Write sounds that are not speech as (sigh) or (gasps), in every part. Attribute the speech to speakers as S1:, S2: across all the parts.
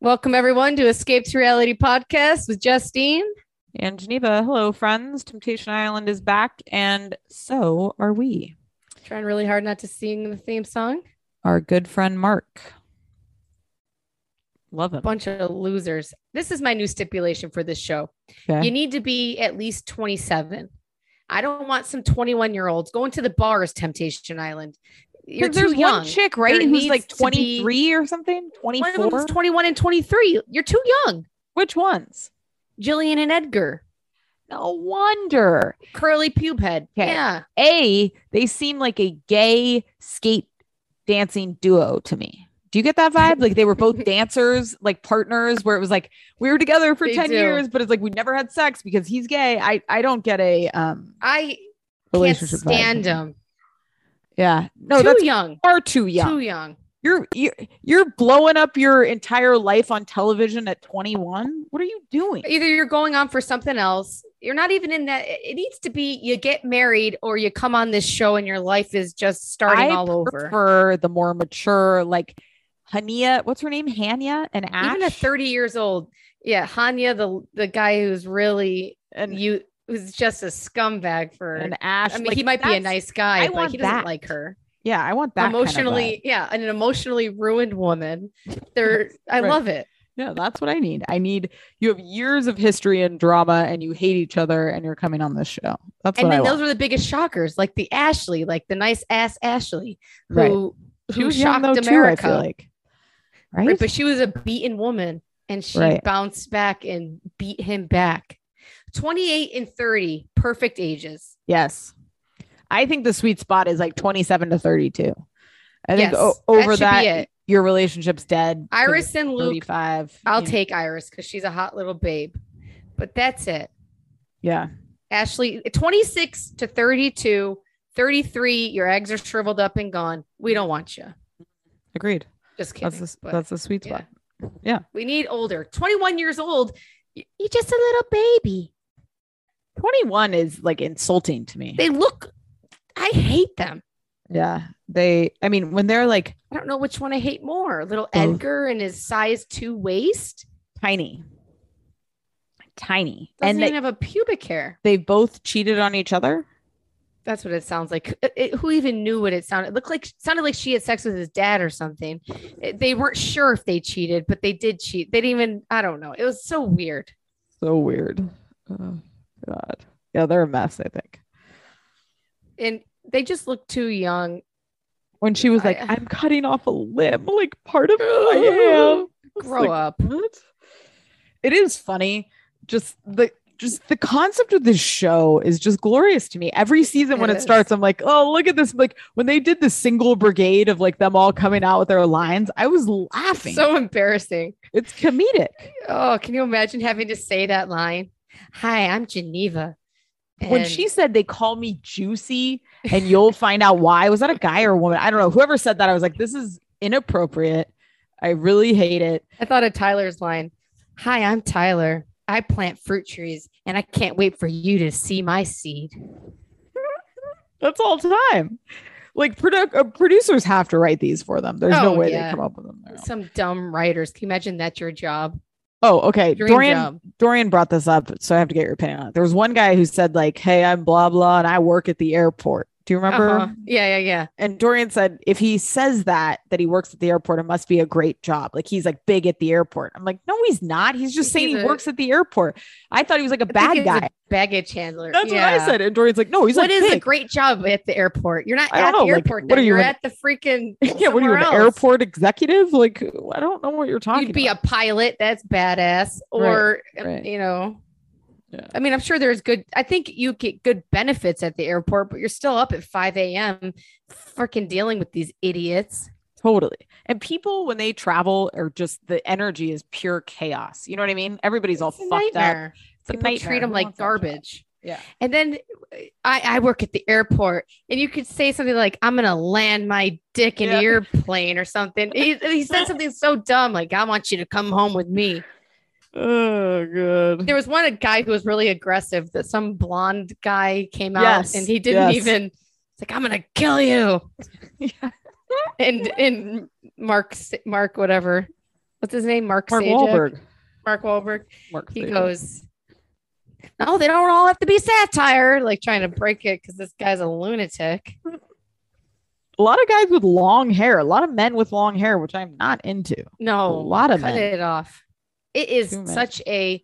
S1: Welcome, everyone, to Escape to Reality podcast with Justine.
S2: And Geneva, hello, friends. Temptation Island is back, and so are we.
S1: Trying really hard not to sing the theme song.
S2: Our good friend Mark. Love him.
S1: Bunch of losers. This is my new stipulation for this show.
S2: Okay.
S1: You need to be at least 27. I don't want some 21 year olds going to the bars, Temptation Island. You're
S2: There's
S1: too young.
S2: one chick, right?
S1: There
S2: who's like
S1: needs to be-
S2: 23 or something,
S1: One of them's
S2: 24.
S1: 21 and 23. You're too young.
S2: Which ones?
S1: Jillian and Edgar,
S2: No wonder.
S1: curly pube head.
S2: Okay.
S1: Yeah.
S2: A, they seem like a gay skate dancing duo to me. Do you get that vibe? Like they were
S1: (laughs)
S2: both dancers, like partners, where it was like we were together for
S1: They
S2: 10
S1: do.
S2: years, but it's like we never had sex because he's gay. I I don't get a um
S1: I can't
S2: relationship vibe.
S1: stand them.
S2: Yeah. No,
S1: too
S2: that's
S1: young.
S2: far too young.
S1: Too young.
S2: You're you're you're blowing up your entire life on television at 21. What are you doing?
S1: Either you're going on for something else. You're not even in that. It needs to be you get married or you come on this show and your life is just starting all over.
S2: prefer the more mature, like Hania. What's her name? Hania and Ash.
S1: Even at 30 years old. Yeah. Hanya, the the guy who's really
S2: and,
S1: you who's just a scumbag for
S2: and Ash.
S1: I mean,
S2: like,
S1: he might be a
S2: that's-
S1: nice guy,
S2: I
S1: but
S2: want
S1: he doesn't
S2: that.
S1: like her.
S2: Yeah, I want that kind of
S1: emotionally, yeah, an emotionally ruined woman. They're
S2: (laughs)
S1: I
S2: Right.
S1: love it.
S2: vibe. Yeah, that's what I need. I need you have years of history and drama, and you hate each other, and you're coming on this show. That's
S1: and
S2: what I
S1: then
S2: want.
S1: those were the biggest shockers, like the Ashley, like the nice ass Ashley,
S2: Right.
S1: who
S2: She
S1: who
S2: was young,
S1: shocked
S2: though, too, I feel
S1: America.
S2: like. Right?
S1: right? But she was a beaten woman and she
S2: Right.
S1: bounced back and beat him back. 28 and 30, perfect ages.
S2: Yes. I think the sweet spot is like 27 to 32. I think
S1: Yes,
S2: o-
S1: that
S2: over
S1: should be
S2: that,
S1: it.
S2: your relationship's dead. 'cause
S1: Iris
S2: it's
S1: and Luke,
S2: 35.
S1: I'll
S2: you know.
S1: take Iris because she's a hot little babe. But that's it.
S2: Yeah.
S1: Ashley, 26 to 32, 33, your eggs are shriveled up and gone. We don't want you.
S2: Agreed.
S1: Just kidding.
S2: That's the, s-
S1: but
S2: that's the sweet
S1: yeah.
S2: spot.
S1: we need older. 21 years old. y- You're just a little baby.
S2: 21 is like insulting to me.
S1: They look, I hate them.
S2: yeah. They, I mean, when they're like
S1: I don't know which one I hate more. Little
S2: Both.
S1: Edgar and his size two waist
S2: tiny, tiny,
S1: doesn't
S2: and
S1: even
S2: they,
S1: have a pubic hair.
S2: they both cheated on each other.
S1: That's what it sounds like. It- it- who even knew what it sounded? It looked like sounded like she had sex with his dad or something. It- they weren't sure if they cheated, but they did cheat. They didn't even. I don't know. It was so weird.
S2: So weird. Oh, God. Yeah. They're a mess, I think.
S1: and they just look too young.
S2: When she was
S1: I-
S2: like, I'm cutting off a limb, like part of who (gasps) I am. It's
S1: Grow
S2: like,
S1: up.
S2: What? It is funny. Just the just the concept of this show is just glorious to me. Every season when
S1: It
S2: it
S1: is.
S2: starts, I'm like, oh, look at this. Like when they did the single brigade of like them all coming out with their lines, I was laughing.
S1: Ah, So embarrassing.
S2: it's comedic.
S1: Oh, can you imagine having to say that line? Hi, I'm Geneva.
S2: when
S1: And
S2: she said they call me juicy and
S1: (laughs)
S2: you'll find out why. Was that a guy or a woman? I don't know. Whoever said that, I was like, this is inappropriate. I really hate it.
S1: I thought of Tyler's line. Hi, I'm Tyler. I plant fruit trees and I can't wait for you to see my seed.
S2: That's all time. Like produ- uh, producers have to write these for them. There's no
S1: Oh,
S2: way
S1: yeah.
S2: they come up with them. They're-
S1: Some dumb writers. Can you imagine that's your job?
S2: Oh, okay.
S1: Dream
S2: Dorian
S1: job.
S2: Dorian brought this up, so I have to get your opinion on it. There was one guy who said like, "Hey, I'm blah blah, and I work at the airport." Do you remember?
S1: Uh-huh. Yeah, yeah, yeah.
S2: And Dorian said, "If he says that that he works at the airport, it must be a great job. Like he's like big at the airport." I'm like, "No, he's not. He's just saying
S1: He's
S2: he
S1: a-
S2: works at the airport." I thought he was like a
S1: I think
S2: bad
S1: he's a
S2: guy.
S1: baggage handler.
S2: That's what
S1: Yeah.
S2: I said. And Dorian's like, "No, he's
S1: What
S2: like
S1: is a
S2: big.
S1: great job at the airport? You're not
S2: I
S1: at
S2: don't
S1: the
S2: know, like,
S1: airport.
S2: what
S1: then.
S2: are you,
S1: You're
S2: an-
S1: at the freaking
S2: (laughs) yeah, what are you,
S1: somewhere
S2: an
S1: else.
S2: airport executive? Like, I don't know what you're talking.
S1: you'd be
S2: about.
S1: a pilot that's badass or
S2: right.
S1: you know
S2: Yeah.
S1: i mean i'm sure there's good i think you get good benefits at the airport but you're still up at 5 a.m freaking dealing with these idiots
S2: Totally. And people when they travel are just the energy is pure chaos. You know what I mean? Everybody's all
S1: It's a
S2: fucked up.
S1: nightmare.
S2: It's a
S1: people
S2: nightmare.
S1: treat them
S2: Who
S1: like
S2: wants that job?
S1: garbage
S2: Yeah.
S1: and then uh, I, I work at the airport and you could say something like i'm gonna land my dick in
S2: Yeah.
S1: your plane or something he, he said something so dumb like i want you to come home with me
S2: Oh good.
S1: there was one a guy who was really aggressive that some blonde guy came out
S2: Yes,
S1: and he didn't
S2: yes.
S1: even it's like i'm gonna
S2: (laughs)
S1: kill you
S2: Yeah.
S1: and and mark S- mark whatever what's his name? Mark
S2: Mark
S1: Sajak?
S2: Wahlberg.
S1: Mark Wahlberg.
S2: Mark
S1: He
S2: Sajak.
S1: goes, No, they don't all have to be satire, like trying to break it because this guy's a lunatic.
S2: A lot of guys with long hair. A lot of men with long hair, which I'm not into. A
S1: No,
S2: lot of
S1: cut
S2: men.
S1: it off. It is
S2: Too much.
S1: such a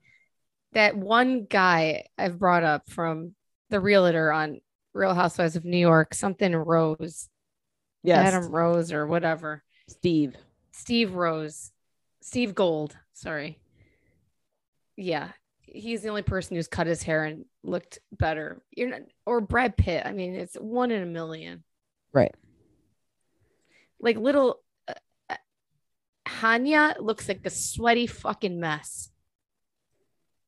S1: that one guy I've brought up from the realtor on Real Housewives of New York, something Rose,
S2: Yes.
S1: Adam Rose or whatever.
S2: Steve.
S1: Steve Rose, Steve Gold. Sorry. Yeah, he's the only person who's cut his hair and looked better. You're not, or Brad Pitt. I mean, it's one in a million.
S2: Right.
S1: Like little uh, uh, Hanya looks like a sweaty fucking mess.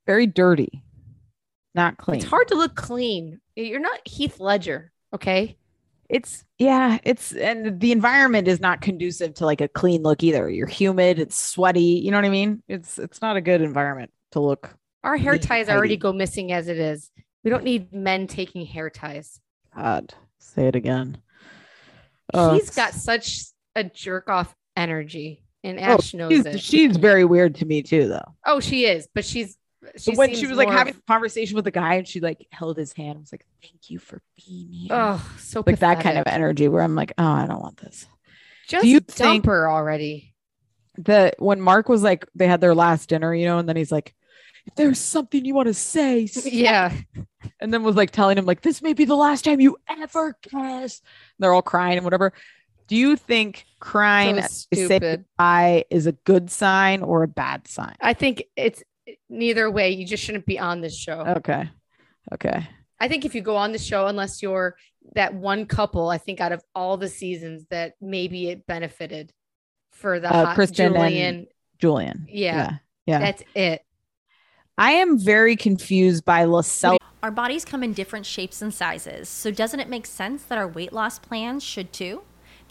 S2: Very dirty. Not clean.
S1: It's hard to look clean. You're not Heath Ledger, okay?
S2: it's yeah it's and the environment is not conducive to like a clean look either you're humid it's sweaty you know what i mean it's it's not a good environment to look
S1: Our hair
S2: Mean
S1: ties already
S2: tidy.
S1: go missing as it is. We don't need men taking hair ties.
S2: god say it again Uh,
S1: he's got such a jerk off energy, and Ash knows
S2: Oh, she's,
S1: it.
S2: she's very weird to me too though
S1: oh, she is, but she's she
S2: when she
S1: seems
S2: was like
S1: more of-
S2: having a conversation with the guy and she like held his hand I was like thank you for being here
S1: oh so
S2: like that kind of
S1: pathetic.
S2: energy where i'm like oh i don't want this
S1: Just
S2: Do you
S1: dump
S2: think-
S1: her already.
S2: the when Mark was like they had their last dinner, you know, and then he's like, if there's something you want to say, say it,"
S1: (laughs) Yeah,
S2: and then was like telling him like this may be the last time you ever kiss. And they're all crying and whatever. Do you think crying
S1: so
S2: as they say
S1: stupid.
S2: goodbye is a good sign or a bad sign?
S1: I think it's neither way. You just shouldn't be on this show.
S2: Okay. Okay.
S1: I think if you go on the show, unless you're that one couple, I think out of all the seasons that maybe it benefited for the
S2: Uh,
S1: hot
S2: Kristen and-
S1: Julian.
S2: Julian.
S1: yeah,
S2: Yeah. yeah.
S1: that's it.
S2: I am very confused by LaSalle
S3: Our bodies come in different shapes and sizes, so doesn't it make sense that our weight loss plans should too?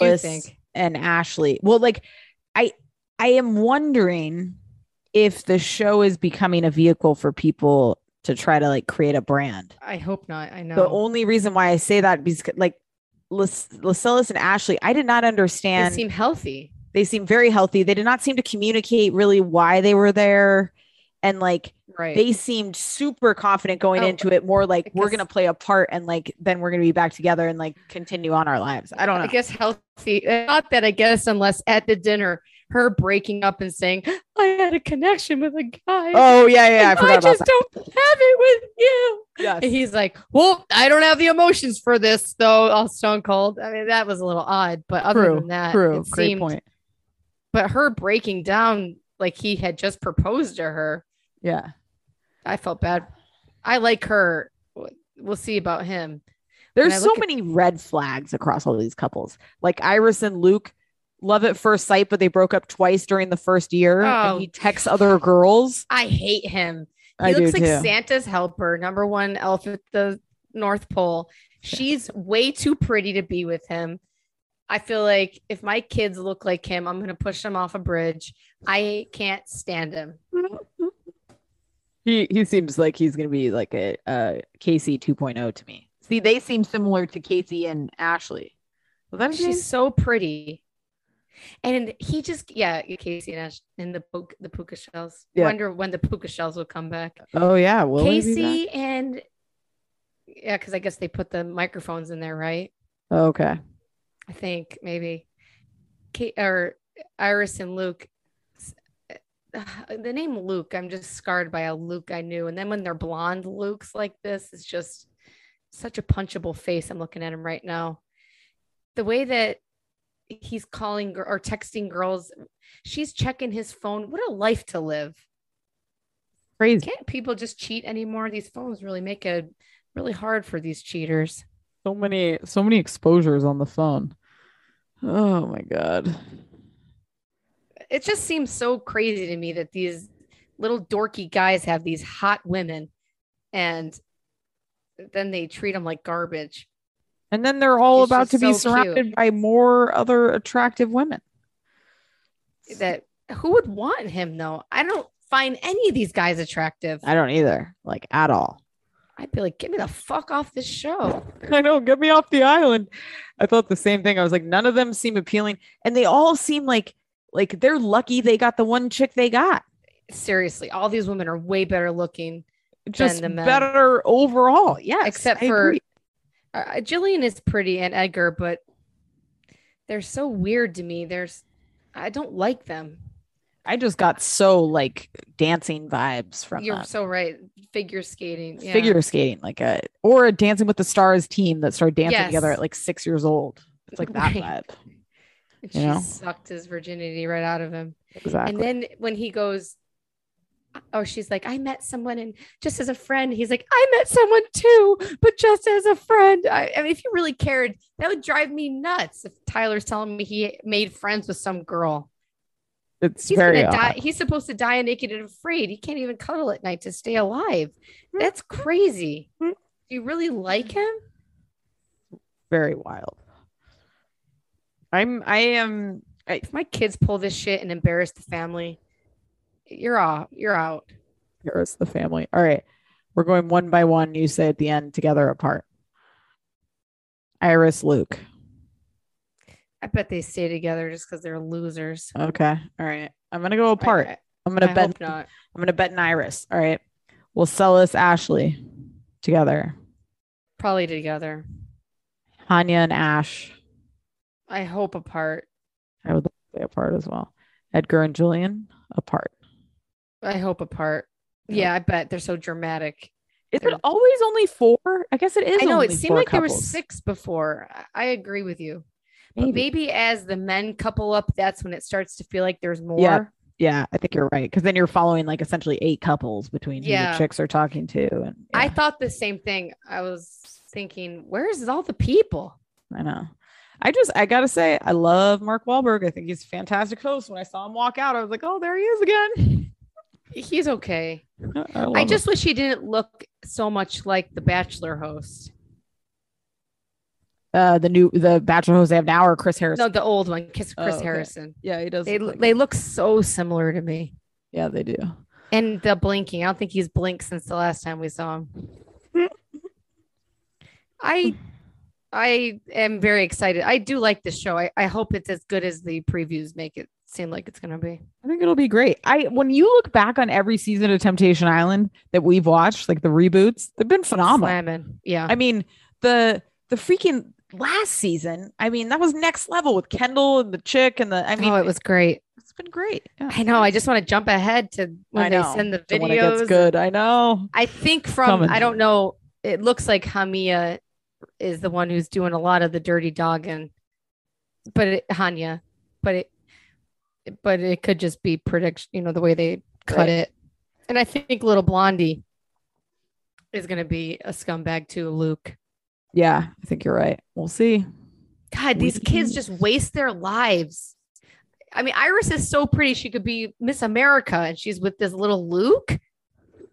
S1: You
S2: Bliss
S1: think.
S2: and Ashley. Well, like I I am wondering if the show is becoming a vehicle for people to try to like create a brand.
S1: I hope not. I know.
S2: The only reason why I say that is 'cause, like Las- Lascelles and Ashley, I did not
S1: they
S2: understand.
S1: seem healthy.
S2: they seem very healthy. They did not seem to communicate really why they were there. And like
S1: Right.
S2: they seemed super confident going
S1: Oh,
S2: into it, more like we're
S1: because-
S2: gonna play a part and like then we're gonna be back together and like continue on our lives. I don't know.
S1: I guess healthy. Not that I guess, unless at the dinner, her breaking up and saying, "I had a connection with a guy.
S2: oh yeah, yeah, yeah. I
S1: and
S2: forgot
S1: I
S2: about
S1: just
S2: that.
S1: don't have it with you."
S2: Yes.
S1: And he's like, "Well, I don't have the emotions for this, though." All stone cold. I mean, that was a little odd, but other
S2: True,
S1: than that,
S2: True.
S1: it
S2: Great
S1: seemed.
S2: point.
S1: But her breaking down, like he had just proposed to her,
S2: Yeah.
S1: I felt bad. I like her. W- We'll see about him.
S2: There's
S1: I
S2: so
S1: look at-
S2: many red flags across all these couples. Like Iris and Luke love at first sight, but they broke up twice during the first year.
S1: Oh.
S2: And he texts other girls.
S1: I hate him. He
S2: I
S1: looks
S2: do
S1: like
S2: too.
S1: Santa's helper, number one elf at the North Pole. She's way too pretty to be with him. I feel like if my kids look like him, I'm going to push them off a bridge. I can't stand him.
S2: he he seems like he's gonna be like a uh Casey 2.0 to me. See, they seem similar to Casey and Ashley. Was that his name?
S1: She's so pretty. And he just, yeah, Casey and Ash and the, po- the puka shells.
S2: Yeah.
S1: Wonder when the puka shells will come back.
S2: Oh yeah, will he be
S1: Casey and, yeah, because I guess they put the microphones in there, right?
S2: back? Oh, Okay.
S1: I think maybe Kate or Iris and Luke s- uh, the name Luke, I'm just scarred by a Luke I knew. And then when they're blonde Lukes like this, it's just such a punchable face. I'm looking at him right now. The way that he's calling gir- or texting girls, she's checking his phone. What a life to live.
S2: Crazy.
S1: Can't people just cheat anymore? These phones really make it really hard for these cheaters.
S2: So many, so many exposures on the phone. Oh my god.
S1: It just seems so crazy to me that these little dorky guys have these hot women and then they treat them like garbage.
S2: And then they're all
S1: It's
S2: about to
S1: just
S2: be
S1: so cute.
S2: surrounded by more other attractive women.
S1: That who would want him though? I don't find any of these guys attractive.
S2: I don't either, like at all.
S1: I'd be like, get me the fuck off this show.
S2: (laughs) I know, get me off the island. I thought the same thing. I was like, none of them seem appealing, and they all seem like like they're lucky they got the one chick they got.
S1: Seriously, all these women are way better looking.
S2: Just
S1: the men.
S2: better overall. Yes,
S1: Except
S2: I
S1: for-
S2: agree.
S1: Uh, Jillian is pretty and Edgar, but they're so weird to me. There's, I don't like them.
S2: I just got so like dancing vibes from
S1: You're
S2: them.
S1: so right. Figure skating. yeah.
S2: figure skating, like a or a Dancing with the Stars team that started dancing together
S1: Yes.
S2: at like six years old. It's like that
S1: Right.
S2: vibe.
S1: And
S2: you
S1: she
S2: know?
S1: sucked his virginity right out of him.
S2: Exactly.
S1: And then when he goes, or she's like, I met someone and just as a friend, he's like, I met someone too, but just as a friend. I, I mean, if you really cared, that would drive me nuts. If Tyler's telling me he made friends with some girl,
S2: it's
S1: he's
S2: very
S1: gonna
S2: odd.
S1: die. He's supposed to die naked and afraid. He can't even cuddle at night to stay alive.
S2: Mm-hmm.
S1: That's crazy.
S2: Mhm.
S1: Do you really like him?
S2: very wild. I'm I am
S1: If my kids pull this shit and embarrass the family, you're off. You're out.
S2: Paris the family. All right. We're going one by one. You say at the end together apart. Iris Luke.
S1: I bet they stay together just because they're losers.
S2: Okay. All right. I'm gonna go apart.
S1: I,
S2: I'm
S1: I
S2: gonna bet
S1: hope not.
S2: I'm gonna bet an Iris. All right. We'll sell us Ashley together.
S1: Probably together.
S2: Hanya and Ash.
S1: I hope apart.
S2: I would like to say apart as well. Edgar and Julian apart.
S1: I hope apart.
S2: Nope.
S1: Yeah, I bet they're so dramatic.
S2: Is
S1: They're-
S2: it always only four? I guess it is.
S1: I know it
S2: only
S1: seemed
S2: four
S1: like there were
S2: couples.
S1: six before. I, I agree with you.
S2: Maybe.
S1: But maybe as the men couple up, that's when it starts to feel like there's more.
S2: Yeah, I think you're right. Because then you're following like essentially eight couples between who
S1: Yeah.
S2: the chicks are talking to. And
S1: I
S2: yeah,
S1: thought the same thing. I was thinking, where's all the people?
S2: I know. I just I gotta say I love Mark Wahlberg. I think he's a fantastic host. When I saw him walk out, I was like, oh, there he is
S1: (laughs)
S2: again. (laughs)
S1: He's okay.
S2: I, love
S1: I
S2: him.
S1: just wish he didn't look so much like the Bachelor host.
S2: uh, the new the Bachelor host they have now or Chris Harris.
S1: No, the old one, Kiss
S2: Oh,
S1: Chris
S2: okay.
S1: Harrison.
S2: yeah, he does.
S1: They
S2: look like
S1: they
S2: him.
S1: look so similar to me.
S2: yeah, they do.
S1: And the blinking. I don't think he's blinked since the last time we saw him. (laughs) I I am very excited. I do like this show. I, I hope it's as good as the previews make it seem like it's gonna be.
S2: I think it'll be great. I when you look back on every season of Temptation Island that we've watched, like the reboots, they've been phenomenal.
S1: Slamming. Yeah.
S2: I mean, the the freaking last season, I mean, that was next level with Kendall and the chick and the I mean
S1: oh, it was great.
S2: it's been great. Yeah.
S1: I know. I just want to jump ahead to when
S2: I
S1: they
S2: know.
S1: send the
S2: So when it gets
S1: videos.
S2: good. I know.
S1: I think from
S2: coming.
S1: I don't know. It looks like Hamia is the one who's doing a lot of the dirty dogging, but it, Hanya, but it, but it could just be prediction. You know the way they cut
S2: Right.
S1: it, and I think little Blondie is going to be a scumbag too. Luke,
S2: Yeah, I think you're right. We'll see.
S1: God, these kids just waste their lives. I mean, Iris is so pretty; she could be Miss America, and she's with this little Luke. Doesn't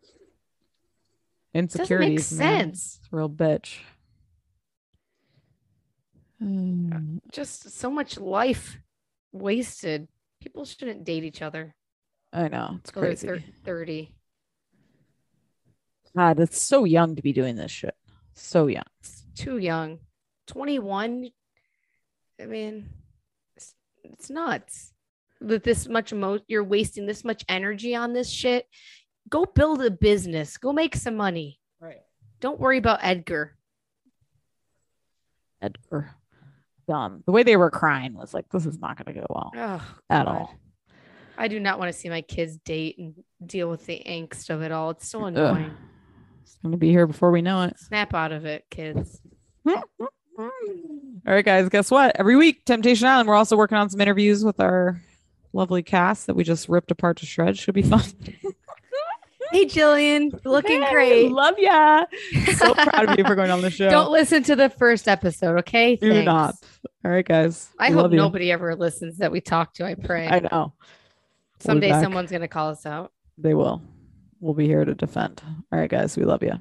S1: make
S2: Insecurities. man.
S1: sense.
S2: It's a real bitch. (sighs) Mm,
S1: just so much life wasted. People shouldn't date each other
S2: I know. It's
S1: until they're thir-
S2: crazy.
S1: 30.
S2: God, it's so young to be doing this shit. So young.
S1: It's too young. 21. I mean, it's, it's nuts that this much emo- you're wasting this much energy on this shit. Go build a business, go make some money.
S2: Right.
S1: Don't worry about Edgar.
S2: Edgar. Dumb. The way they were crying was like, this is not gonna go well
S1: Oh,
S2: at
S1: God.
S2: all.
S1: I do not want to see my kids date and deal with the angst of it all. It's so annoying.
S2: It's gonna be here before we know it.
S1: Snap out of it,
S2: (laughs)
S1: kids.
S2: All right, guys, guess what? Every week, Temptation Island, we're also working on some interviews with our lovely cast that we just ripped apart to shreds. Should be fun.
S1: Hey, Jillian, (laughs) looking
S2: Hey,
S1: great.
S2: Love ya.
S1: (laughs)
S2: So proud of you for going (laughs) on the show.
S1: Don't listen to the first episode, okay?
S2: Do
S1: Thanks.
S2: not. All right, guys.
S1: I
S2: love
S1: hope
S2: you.
S1: nobody ever listens that we talk to. I pray
S2: I know.
S1: someday
S2: back.
S1: someone's gonna call us out.
S2: They will. We'll be here to defend. All right, guys. We love you.